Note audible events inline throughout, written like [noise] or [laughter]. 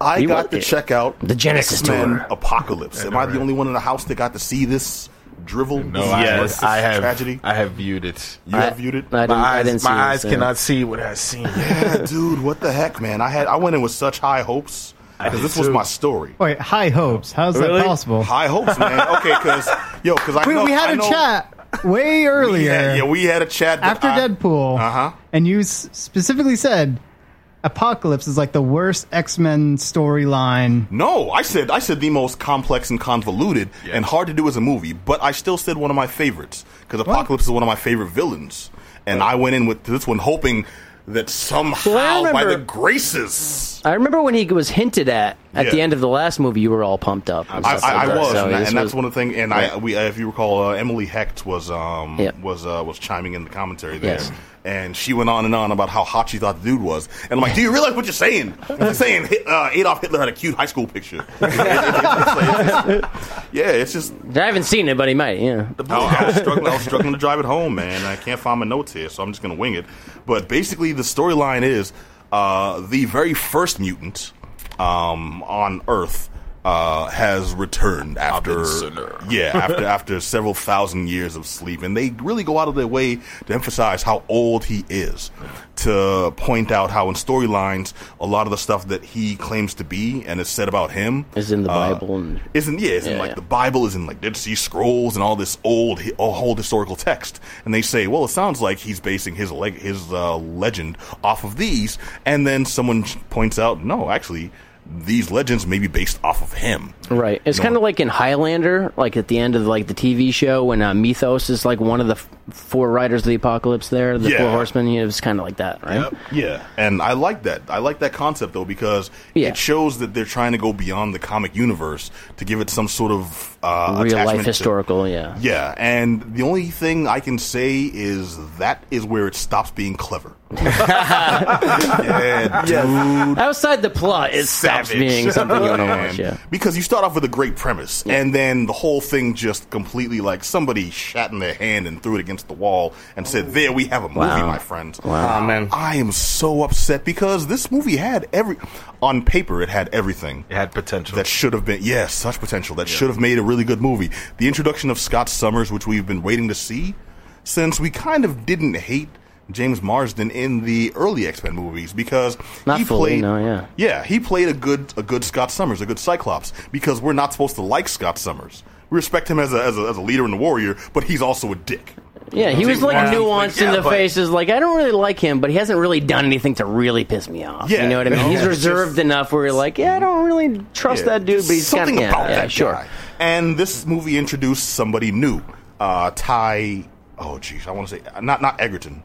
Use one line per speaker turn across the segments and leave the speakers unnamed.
I
You
got
want
to
it.
check out
The Genesis
X-Men
tour.
Apocalypse. Am I the only one in the house that got to see this drivel?
No,
this,
I,
this
yes, I have.
tragedy.
I have viewed it.
you have viewed it.
I didn't,
my eyes,
I didn't see
my
it,
eyes
so-
cannot see what
[laughs]
I've seen.
Yeah, [laughs] dude, what the heck, man? I had I went in with such high hopes because this was my story.
Wait, high hopes. How's
Really?
that possible?
High hopes, man. Okay, because yo, because I
We,
know,
we had
I
a
know-
chat way earlier
We had, yeah, we had a chat but
after
I-
Deadpool,
Uh-huh.
and you s- specifically said Apocalypse is like the worst X Men storyline.
No, I said I said the most complex and convoluted
Yeah.
and hard to do as a movie, but I still said one of my favorites because Apocalypse is one of my favorite villains, and I went in with this one hoping that somehow
Well, I
by the
remember-
graces,
I remember when he was hinted at at
Yeah.
the end of the last movie. You were all pumped up. and
I,
stuff
I,
like
I
that,
was,
so
and,
this
and that's
was-
one of the things. And I, we, uh, if you recall, uh, Emily Hecht was um
Yeah.
was uh, was chiming in the commentary there.
Yes.
And she went on and on about how hot she thought the dude was, and I'm like, "Do you realize what you're saying? You're saying Hit- uh, Adolf Hitler had a cute high school picture." [laughs] yeah, it's just
I haven't seen it, but he might. Yeah.
Oh, I, I was struggling, I was struggling to drive it home, man. I can't find my notes here, so I'm just going to wing it. But basically, the storyline is uh, the very first mutant um, on Earth uh, has returned after
sinner.
[laughs] yeah after after several thousand years of sleep, and they really go out of their way to emphasize how old he is, to point out how in storylines a lot of the stuff that he claims to be and is said about him
Is in the
uh,
Bible and-
isn't yeah, it's in
Yeah,
like
yeah.
the Bible, is in like Dead Sea Scrolls and all this old, hi- old historical text, and they say, well, it sounds like he's basing his leg, his uh, legend off of these, and then someone ch- points out, no, actually, these legends may be based off of him.
Right. It's kind of like in Highlander, like at the end of like the TV show when uh, Mythos is like one of the f- four riders of the apocalypse. There, the
Yeah.
four horsemen. You know, it's kind of like that, right?
Yeah, and I like that. I like that concept though because
Yeah.
it shows that they're trying to go beyond the comic universe to give it some sort of uh,
Real
attachment
life
to-
historical. yeah.
Yeah, and the only thing I can say is that is where it stops being
[laughs]
clever. yeah, dude.
Outside the plot, it stops
Savage.
being something you
[laughs]
want to
Man.
watch. Yeah.
Because you start off with a great premise, and then the whole thing just completely like somebody shat in their hand and threw it against the wall and said, "There, we have a movie,
Oh. Wow.
my friends."
Wow.
man.
I am so upset because this movie had every on paper it had everything
It had potential.
that should have been yes, such potential that should have made a really good movie. The introduction of Scott Summers, which we've been waiting to see since we kind of didn't hate James Marsden in the early X Men movies because
Not
he
fully,
played
no, yeah.
he played a good a good Scott Summers, a good Cyclops because we're not supposed to like Scott Summers. We respect him as a, as a, as a leader and a warrior, but he's also a dick.
Yeah, he was like
Wow.
nuanced in
Yeah,
the
but-
faces. Like, I don't really like him, but he hasn't really done anything to really piss me off.
Yeah,
you know what I
no,
mean? He's
it's
reserved
just-
enough where you're like, yeah, I don't really trust
Yeah,
that dude, but
just
he's
something
kind of
about
yeah,
that
yeah, sure.
guy. And this movie introduced somebody new, uh, Ty. Oh, jeez, I want to say not not Egerton.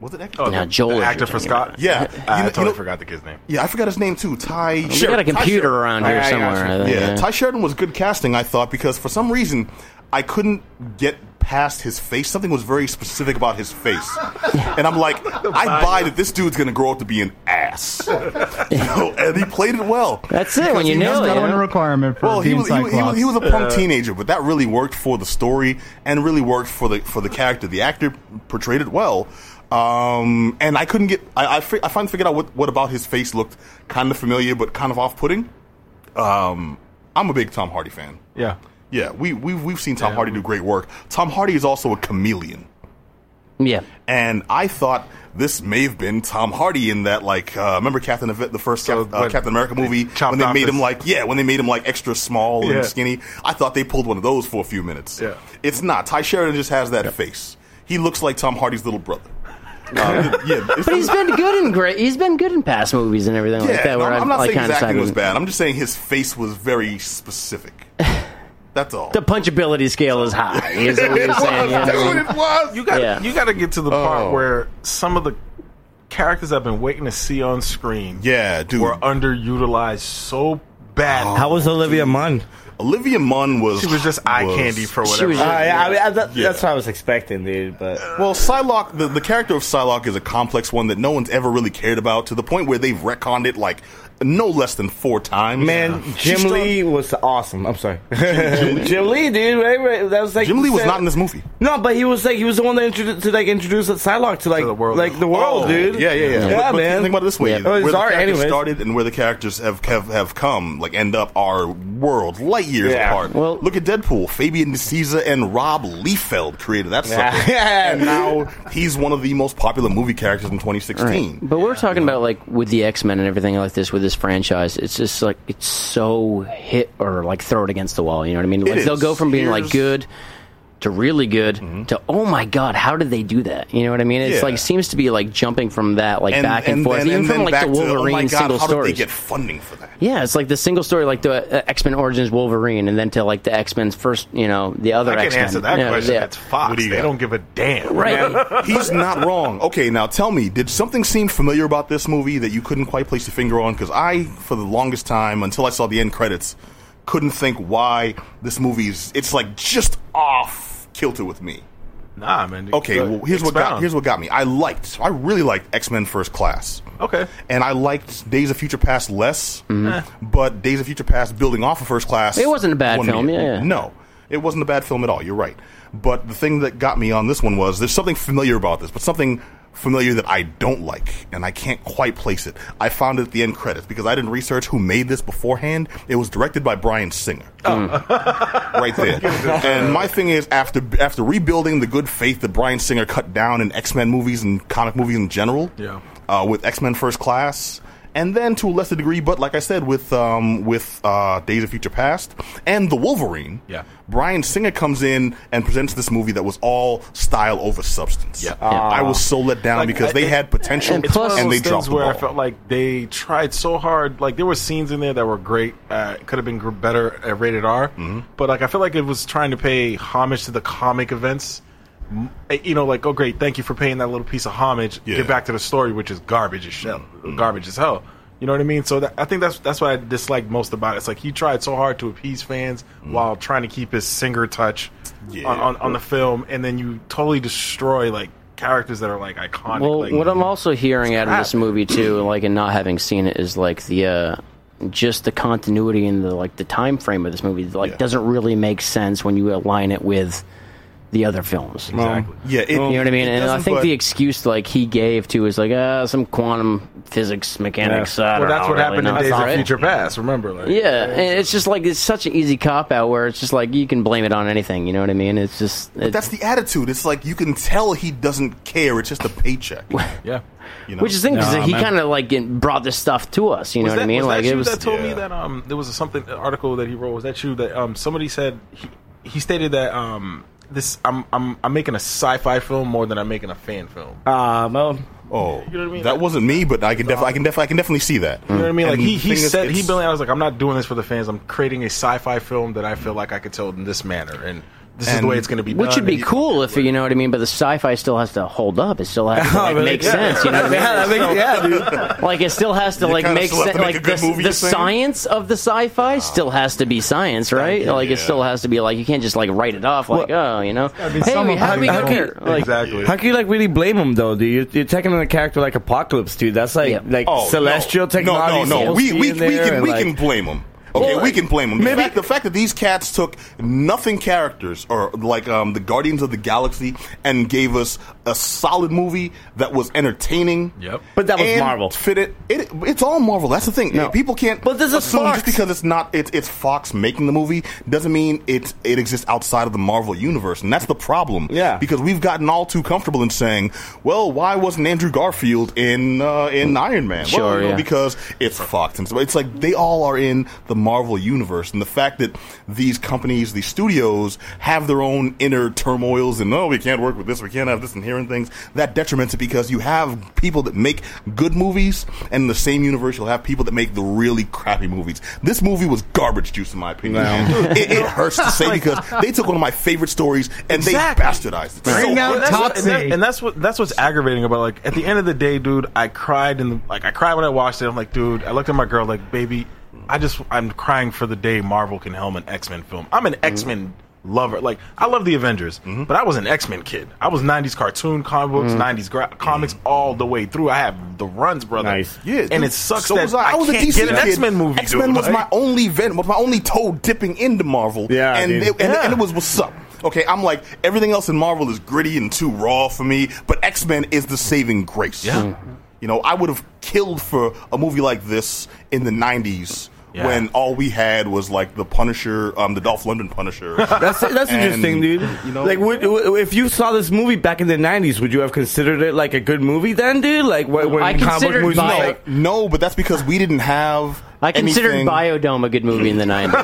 Was it Egerton?
oh,
Now,
the,
Joel
the
is
actor
your
for
thing,
Scott.
Yeah.
I
You know-
totally
you know-
forgot the kid's name.
Yeah, I forgot his name too. Ty.
We got a computer around here
I- I got
somewhere.
you.
I think,
Yeah,
yeah.
Ty Sheridan was good casting, I thought, because for some reason I couldn't get past his face. Something was very specific about his
[laughs]
face, and I'm like, I buy that this dude's gonna grow up to be an ass. [laughs] you know, and he played it well.
That's it. When you
That's
know, it,
the
you
one
know?
requirement for
Well, he
being
was, he, was-
Cyclops.
he was he was a punk teenager, but that really worked for the story and really worked for the for the character. The actor portrayed it well, um, and I couldn't get I I, fi- I finally figured out what what about his face looked kind of familiar but kind of off putting. Um, I'm a big Tom Hardy fan.
Yeah.
Yeah, we we've we've seen Tom Hardy do great work. Tom Hardy is also a chameleon
yeah.
and I thought this may have been Tom Hardy in that, like, uh, remember Captain Ave- the first
So
Cap- uh,
when
Captain America
they
movie
chopped
when they
off
made
his-
him like, yeah, when they made him like extra small
Yeah.
and skinny. I thought they pulled one of those for a few minutes.
Yeah.
it's not. Ty Sheridan just has that face. He looks like Tom Hardy's little
[laughs]
brother. Uh, yeah, it's-
But he's been good in great. He's been good in past movies and everything
yeah,
like
no,
that. Where
I'm,
I've,
I'm not
like,
saying his
kinda
acting
sided
was
with-
bad. I'm just saying his face was very specific.
[laughs]
That's all.
The punchability scale is high. Is
[laughs]
what
It
you're
was,
saying? you know what I mean?
dude,
It was. You got.
Yeah.
You got to get to the part
Oh.
where some of the characters I've been waiting to see on screen
yeah, dude.
were underutilized so bad.
How was Olivia Munn?
Olivia Munn was
she was just eye
was-
candy for
She
whatever.
was
Uh, yeah, I mean, I, that,
Yeah.
That's what I was expecting, dude. But
Well, Psylocke, the, the character of Psylocke is a complex one that no one's ever really cared about to the point where they've retconned it like no less than four times.
Man,
She
Jim
started-
Lee was awesome. I'm sorry, [laughs] Jim, Lee, dude. Right, right. That was like
Jim Lee was not in this movie.
No, but he was like he was the one that introduced to like introduce Psylocke to like
the world.
like the world,
Oh,
dude.
Yeah, yeah, yeah.
yeah,
But- but
man.
Think about it this way:
Yeah. Oh,
where the
it's art
characters
anyways.
started and where the characters have have, have come, like end up, are world light years
Yeah.
apart.
Well-
look at Deadpool. Fabian DeCisa and Rob Liefeld created that
[laughs] Yeah.
sucker, and now he's one of the most popular movie characters in 2016.
But we're talking about like with the X Men and everything like this with this franchise. It's just like it's so hit or like throw it against the wall. You know what I mean? Like they'll
is.
go from being like
Here's- Mm-hmm.
good to really good to oh my god, how did they do that? You know what I mean? It's
Yeah.
like seems to be like jumping from that like back and, forth,
then-
even from
then
like the
back to,
Wolverine
oh my God,
single
how
stories.
did they get funding for that?
yeah, it's like the single story, like the uh, X Men Origins Wolverine, and then to like the X Men's first, you know, the other
I can
X Men.
answer that question. It's Fox.
What do
They
you got?
don't give a damn.
right. [laughs]
He's not wrong. Okay, now tell me, did something seem familiar about this movie that you couldn't quite place your finger on? Because I, for the longest time, until I saw the end credits, couldn't think why this movie's. It's like just off kilter with me.
Nah, man.
Okay, well, here's what got
Expound.
here's what got me. I liked, I really liked X Men First Class.
Okay.
And I liked Days of Future Past less, but Days of Future Past building off of First Class.
Mm-hmm. It wasn't a bad
won me
film,
in.
yeah, yeah.
No, it wasn't a bad film at all. You're right. But the thing that got me on this one was there's something familiar about this, but something familiar that I don't like, and I can't quite place it. I found it at the end credits because I didn't research who made this beforehand. It was directed by Brian Singer
Oh.
Mm. right
[laughs]
there. and my thing is, after after rebuilding the good faith that Brian Singer cut down in X Men movies and comic movies in general,
Yeah.
uh, with X Men First Class, and then to a lesser degree, but like I said, with um, with uh, Days of Future Past and the Wolverine,
Yeah.
Brian Singer comes in and presents this movie that was all style over substance.
Yeah.
Ah.
I was so let down
Like,
because
I-
they
it-
had potential and,
and plus-
they
those
dropped
things
the
where I
ball.
felt like they tried so hard. Like there were scenes in there that were great, uh, could have been gr- better at rated R.
Mm-hmm.
But like I feel like it was trying to pay homage to the comic events. M- eh, You know, like oh great, thank you for paying that little piece of homage.
Yeah. Mm-hmm.
Get back to the story, which is garbage as hell. Garbage as hell. You know what I mean? So that, I think that's that's what I disliked most about it. It's like he tried so hard to appease fans while trying to keep his singer touch
Mm-hmm. Yeah.
on, on on the film, and then you totally destroy like characters that are like iconic.
Well,
like,
what I'm also hearing out of this
crap.
movie too, like and not having seen it, is like the uh, just the continuity and the like the time frame of this movie like
Yeah.
doesn't really make sense when you align it with the other films.
exactly.
yeah, it,
Mm. You know what I mean?
it
And I
doesn't,
think
but-
the excuse like he gave to is like uh, some quantum physics mechanics. I don't
well, that's
know,
what
really
happened in
know.
Days of
Right?
Future Past. Remember, like
Yeah, and it's just like it's such an easy cop out where it's just like you can blame it on anything. You know what I mean? It's just it,
That's the attitude. It's like you can tell he doesn't care. It's just a paycheck.
yeah.
You know?
which is thing because
Nah,
he
man.
kind of like brought this stuff to us. You know
Was
what I
that-
mean?
was
like
that
it
you
was
that told me
Yeah.
that um there was a something an article that he wrote was that you that um somebody said he, he stated that um this I'm I'm I'm making a sci-fi film more than I'm making a fan film.
Uh,
Ah, well,
Oh,
know what I mean?
that wasn't me, but I can definitely, I can definitely, I can definitely see that.
You know what I mean?
Um,
Like he, he said he
believed.
believed I was like I'm not doing this for the fans. I'm creating a sci-fi film that I feel like I could tell in this manner and this is
And-
the way it's going to be.
Which
done.
would be
And-
cool if you know what I mean, but the sci-fi still has to hold up. It still
[laughs]
has to like,
but-
make
Oh, yeah.
sense. You know what
[laughs] yeah,
I
that makes, yeah, dude.
mean? Like it still has to like
kinda
make
still have
sense.
to make
Like
a good
the,
movie,
the
you're saying?
science of the sci-fi still has to be science, right? Like
yeah.
it still has to be like you can't just like write it off like oh you know hey we,
someone
how do we
who
get
can-
here? Like,
exactly.
How can you like really blame him though, dude? You're, you're taking on a character like Apocalypse, dude. That's like
Yeah.
like
Oh,
celestial
no,
technology.
No, no, no.
supposed
We
to be
we, we
in there
can
and,
we
like-
can blame them. Okay,
Well,
we can blame them. The
maybe-
fact, the fact that these cats took nothing characters or like um, the Guardians of the Galaxy and gave us a solid movie that was entertaining.
Yep.
But that was
and
Marvel.
Fit it, it. It's all Marvel. That's the thing. People can't.
But this is
assume
Fox.
just because it's not it's it's Fox making the movie doesn't mean it it exists outside of the Marvel universe, and that's the problem.
Yeah.
Because we've gotten all too comfortable in saying, well, why wasn't Andrew Garfield in uh, in Iron Man? well,
Sure,
you know,
yeah.
because it's Fox and so it's like they all are in the Marvel universe, and the fact that these companies, these studios, have their own inner turmoils and oh, we can't work with this, we can't have this inherent things that detriments it because you have people that make good movies, and in the same universe you'll have people that make the really crappy movies. This movie was garbage juice in my opinion. it, it hurts to say because they took one of my favorite stories and
Exactly.
they bastardized it.
Bring out
hard.
That's what- and, that-
Toxic.
and that's what that's what's aggravating about like at the end of the day, dude. I cried and like I cried when I watched it. I'm like, dude. I looked at my girl like, baby. I just I'm crying for the day Marvel can helm an X Men film. I'm an X Men lover. Like I love the Avengers,
Mm-hmm.
but I was an X Men kid. I was '90s cartoon comic books, '90s gra- comics
Mm-hmm.
all the way through. I have the runs, brother.
Nice.
Yeah,
and
dude,
it sucks
so
that
was
I,
I. was a
can't
DC
get an
kid.
X Men movie.
X Men
dude,
was
like-
my only vent, was my only toe dipping into Marvel.
Yeah,
and
dude.
it, and,
Yeah.
and it was what's up. Okay, I'm like everything else in Marvel is gritty and too raw for me, but X Men is the saving grace.
Yeah. Mhm.
you know, I would have killed for a movie like this in the '90s.
Yeah.
When all we had was like the Punisher, um, the Dolph Lundgren
[laughs]
Punisher. [laughs]
That's that's
And,
interesting, dude.
you know-
like, would, w- if you saw this movie back in the '90s, would you have considered it like a good movie then, dude? Like, what, when
I considered
movies
Bio-
like,
no, but that's because we didn't have.
I considered
anything-
Biodome a good movie in
[laughs]
the 90s.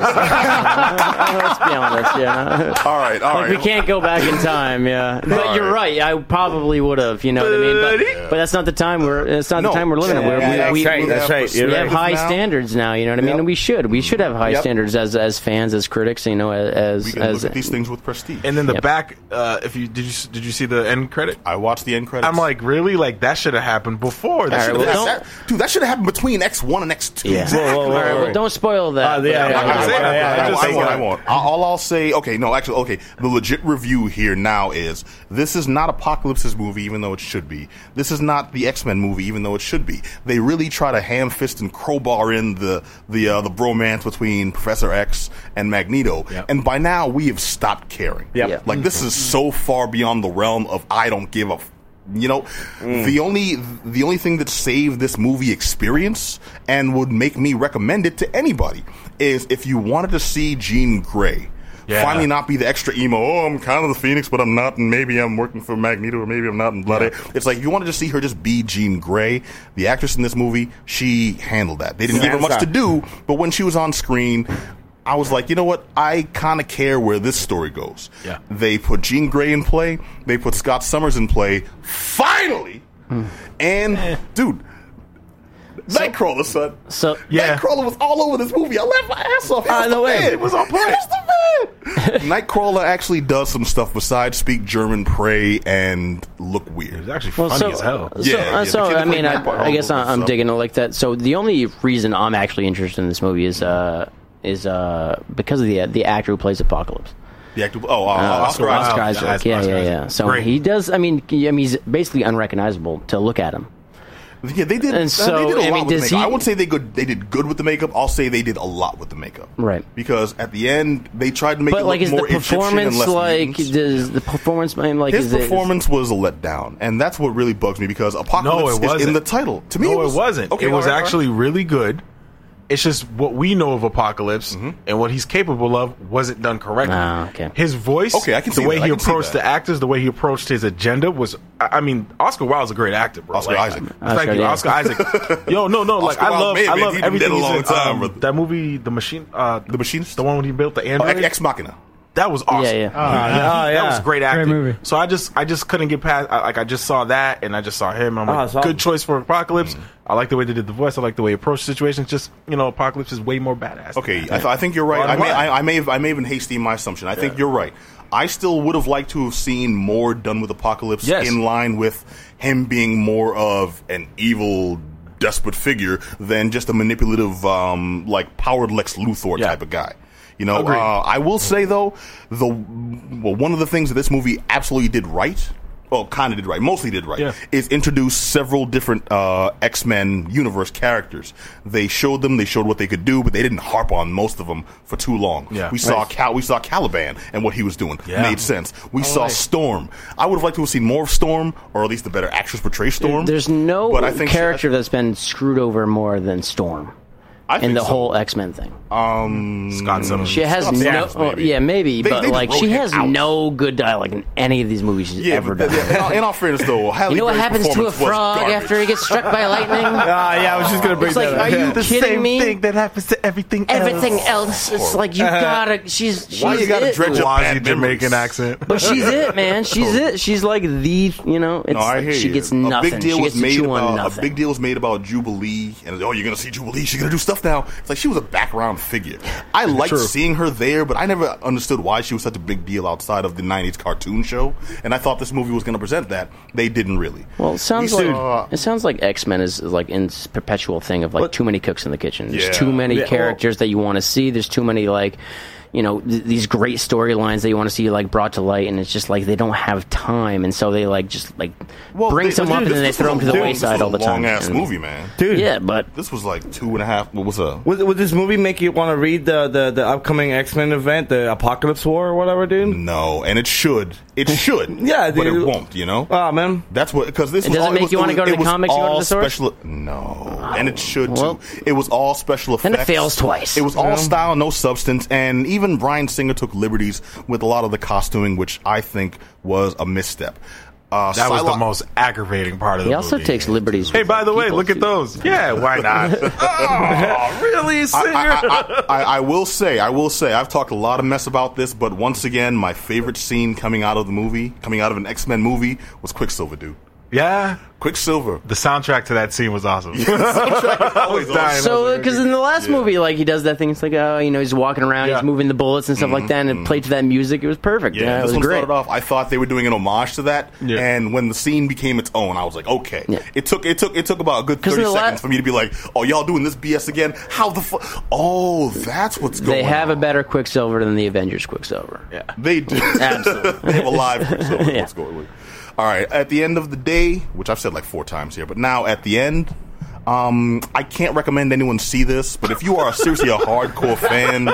Let's be honest, yeah.
All right, all right.
We can't go back in time, yeah. But
All
you're right. I probably would have, you know what I mean? But, but that's not the time we're. It's not
No.
the time we're living in. We're,
Yeah, that's
we, we,
right,
we,
that's right. You're
we have
right.
high
Now-
standards now. You know what I mean?
Yep.
And we should. We should have high
Yep.
standards as as fans, as critics. You know, as
We can
as
look at these things with prestige.
And then the
Yep.
back, uh, if you did you s- did you see the end credit?
I watched the end credits.
I'm like, really? Like that should have happened before. That
All right,
should've
well,
happened.
don't-
That- dude, that should have happened between X one and X two.
Yeah.
Whoa, whoa, whoa,
All right,
whoa,
well,
whow.
don't spoil that.
Uh, yeah,
but-
yeah,
I, I-
I'm saying
I-
that,
I-
but I just
I- I won't.
think-
I won't. I'll- All I'll say, okay, no, actually, okay. The legit review here now is this is not Apocalypse's movie, even though it should be. This is not the X Men movie, even though it should be. They really try to ham fist and crowbar in the the uh, the bromance between Professor X and Magneto, and by now we have stopped caring.
Yep. Yeah.
like this is so far beyond the realm of I don't give a. F- you know, the only the only thing that saved this movie experience and would make me recommend it to anybody is if you wanted to see Jean Grey.
Yeah.
Finally, not be the extra emo. Oh, I'm kind of the Phoenix, but I'm not, and maybe I'm working for Magneto, or maybe I'm not, and blah. blah. It's like you wanted to see her just be Jean Grey, the actress in this movie. She handled that. They didn't give her much to do, but when she was on screen, I was like, you know what? I kind of care where this story goes.
Yeah.
They put Jean Grey in play. They put Scott Summers in play. Finally, and dude, Nightcrawler, son.
So
Yeah.
Nightcrawler was all over this movie. I laughed my ass off. He
Ah,
was
no
the
way.
man. It was on point. He was the man. Nightcrawler actually does some stuff besides speak German, pray, and look
It
weird.
was actually
Well,
funny
so,
as hell.
So,
Yeah,
uh,
yeah,
so
the kid
I
that
mean,
played
I,
Nightbot
I guess
all
I- I'm
over, so.
digging it like that. So the only reason I'm actually interested in this movie is uh, is uh, because of the the actor who plays Apocalypse.
The actor, oh, uh, Oscar,
Oscar
Isaac.
Isaac.
Isaac,
Isaac,
yeah,
Oscar
yeah,
Isaac.
yeah. So
Great.
he does. I mean, he- I mean, he's basically unrecognizable to look at him.
Yeah, they did.
And
uh,
so,
they did a
I mean,
lot with the
does
makeup.
he-
I would say they good. They did good with the makeup. I'll say they did a lot with the makeup.
Right.
Because at the end, they tried to make
But
it
like,
look
is the
more Egyptian and
performance
less
like?
mutants.
Does the performance? I mean, like,
His
is it- is-
performance was a letdown, and that's what really bugs me because
No,
Apocalypse
it wasn't
is in the title. To me,
no, it, was, not it was
all right, all right.
actually really good. It's just what we know of Apocalypse
Mm-hmm.
and what he's capable of wasn't done correctly.
Ah, okay.
His voice,
Okay, I can
the
see
way
that, I
he
can see
approached
that.
the actors, the way he approached his agenda was. I I mean, Oscar Wilde's a great actor, bro.
Oscar
Like,
Isaac.
Thank
Oscar,
you,
yeah.
[laughs]
Oscar Isaac. Yo, no, no, like
Oscar
I
Wilde
love,
may have
I
been.
love
He did
everything
a
he's
long
in.
time,
Um,
brother.
that movie, The Machine, uh,
The Machinist?
the one when he built the
Oh,
android.
Ex Machina.
That was awesome.
Yeah, yeah. Oh,
yeah.
He-
Oh, yeah.
That was great acting.
movie.
So I just I just couldn't get past. I, like I just saw that and I just saw him. And I'm
Oh,
like,
it's awesome.
good choice for Apocalypse.
Mm.
I like the way they did the voice. I like the way he approached situations. Just you know, Apocalypse is way more badass. than
Okay, I,
that.
th- I think you're right. I
Bottom
may,
line.
I, I may have, I may have been hasty in my assumption. I think you're right. I still would have liked to have seen more done with Apocalypse
Yes.
in line with him being more of an evil, desperate figure than just a manipulative, um, like powered Lex Luthor
Yeah.
type of guy. You know,
Agreed.
uh, I will say though, the well, one of the things that this movie absolutely did right, well, kind of did right, mostly did right,
Yeah.
is introduce several different uh, X Men universe characters. They showed them, they showed what they could do, but they didn't harp on most of them for too long.
Yeah.
We saw
Nice.
Cal, we saw Caliban and what he was doing
Yeah.
made sense. We saw Storm. I would have liked to have seen more of Storm, or at least a better actress portray Storm.
There's no
but I think
character that's been screwed over more than Storm
I
in
think
the
so. Um,
whole X Men thing.
Scott Summers.
She has
Scott
no,
Summers,
oh,
maybe.
yeah, maybe,
They-
but
they
like
wrote
she
it
has
out.
no good dialogue in any of these movies she's
Yeah,
ever
but
done.
th- in, all, in all fairness,
[laughs]
though, Halle
You know what
Berry's
happens to a
performance was
frog
garbage.
after he gets struck
[laughs]
by lightning?
Ah, yeah, I was just gonna bring
It's
that
like,
up.
are you
Yeah.
kidding me?
that happens to everything.
Everything else, it's like you gotta. She's, she's
Uh-huh. Why you gotta
it.
dredge up
Quasi
bad memories?
Jamaican accent.
But she's
[laughs]
it, man. She's it. She's like the, you know, it's
No, I
like
hear
she
you.
gets nothing.
A big deal
she
was
gets to
made
chew
about,
on
A
nothing.
big deal was made about Jubilee, and oh, you're gonna see Jubilee. She's gonna do stuff now. It's like she was a background figure. I liked
True.
seeing her there, but I never understood why she was such a big deal outside of the '90s cartoon show. And I thought this movie was gonna present that. They didn't really. Uh,
well, it sounds
We
like
saw-
it sounds like X Men is like in this perpetual thing of like too many cooks in the kitchen. There's
Yeah.
too many
Yeah, well-
characters that you want to see. There's too many like, you know th- these great storylines that you want to see like brought to light, and it's just like they don't have time, and so they like just like bring
they-
some
dude,
up and
this-
then they
this
throw them
was
to
a
the
long-
wayside
this was
all the
a
time.
Long ass
And-
movie, man.
dude.
Yeah, but
This was like two and a half. What was a
Would, would this movie make you want to read the, the, the upcoming X Men event, the Apocalypse War or whatever, dude?
no? And it should.
[laughs]
It should.
Yeah,
but it
dude.
won't. You know.
Ah man.
That's what because this
It
was
doesn't
all,
make
was,
you wanna
was-
go to
it
the
was
comics, you go to
all
the source?
Special, no, and it should
Well.
too. It was all special effects,
it fails twice.
It was all style, no substance, and even Brian Singer took liberties with a lot of the costuming, which I think was a misstep. Uh,
That was
Psylocke-
the most aggravating part of the
he
movie.
also takes liberties.
Hey,
with
by the way,
people,
look at
too.
those. Yeah,
[laughs]
why not? [laughs] oh, really,
I,
singer?
I, I, I, I will say, I will say, I've talked a lot of mess about this, but once again, my favorite scene coming out of the movie, coming out of an X Men movie, was Quicksilver, dude.
yeah,
Quicksilver.
the soundtrack to that scene was
[laughs]
awesome. Always [laughs] dying.
So, because in the last movie, like he does that thing, it's like oh, you know, he's walking around,
Yeah.
he's moving the bullets and stuff like that, and it played to that music. It was perfect. Yeah, it
Mm-hmm. this
was
one
great.
started off. I thought they were doing an homage to that,
Yeah.
and when the scene became its own, I was like, okay.
Yeah.
It took it took it took about a good
'Cause
thirty
the
seconds
la-
for me to be like, oh, y'all doing this BS again? How the fuck? Oh, that's what's going.
They have a
on.
better Quicksilver than the Avengers Quicksilver. Yeah.
They do. [laughs]
Absolutely.
they have a
[laughs]
live Quicksilver.
Yeah.
What's going on? All right. At the end of the day, which I've said like four times here, but now at the end, um, I can't recommend anyone see this. But if you are seriously a hardcore fan,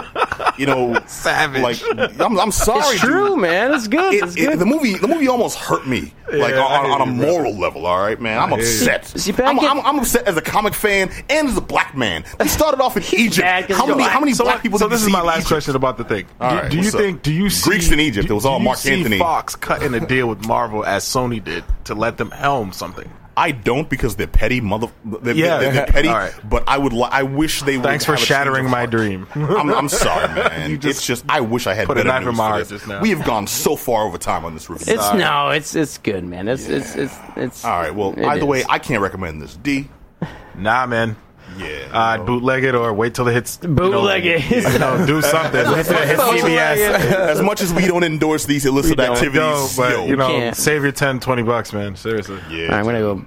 you know,
[laughs]
Savage.
like I'm, I'm sorry,
It's true,
dude.
man. It's good.
It-
it's
it-
good.
the movie, the movie almost hurt me, like
Yeah, I
on,
hear
on a
you, brother.
moral level. All right, man, I'm
hear you.
upset.
See, back
I'm,
in-
I'm, I'm upset as a comic fan and as a black man.
[laughs]
We started off in Egypt.
mad 'cause
How
he's
many,
black.
how many
So,
black people?
so
did
this
you see
is my
in
last
Egypt?
question about the thing.
All
do,
right,
do you
what's up?
think? Do you see
Greeks in Egypt,
do-
it was all
do you
Mark
see
Anthony.
Fox cutting a deal with Marvel as Sony did to let them helm something.
I don't because they're petty mother. They're,
Yeah.
they're, they're petty.
[laughs] All right.
But I would. Li- I wish they. would
Thanks for
have a change
shattering
of
my
heart.
[laughs] dream.
I'm, I'm sorry, man.
[laughs] You just
it's just I wish I had
put a
better
knife in
news
my
for
heart
this.
just now.
We have gone so far over time on this review.
It's no, it's it's good, man. It's it's it's it's.
All right. Well,
it
either way,
is.
I can't recommend this. D.
Nah, man.
Yeah.
I'd bootleg it or wait till it hits. you know,
Bootleg it.
You
[laughs]
know, do something. [laughs]
as much as we don't endorse these illicit
don't,
activities,
but
yo,
you know,
can't.
save your 10, 20 bucks, man. Seriously.
yeah.
All right, I'm gonna go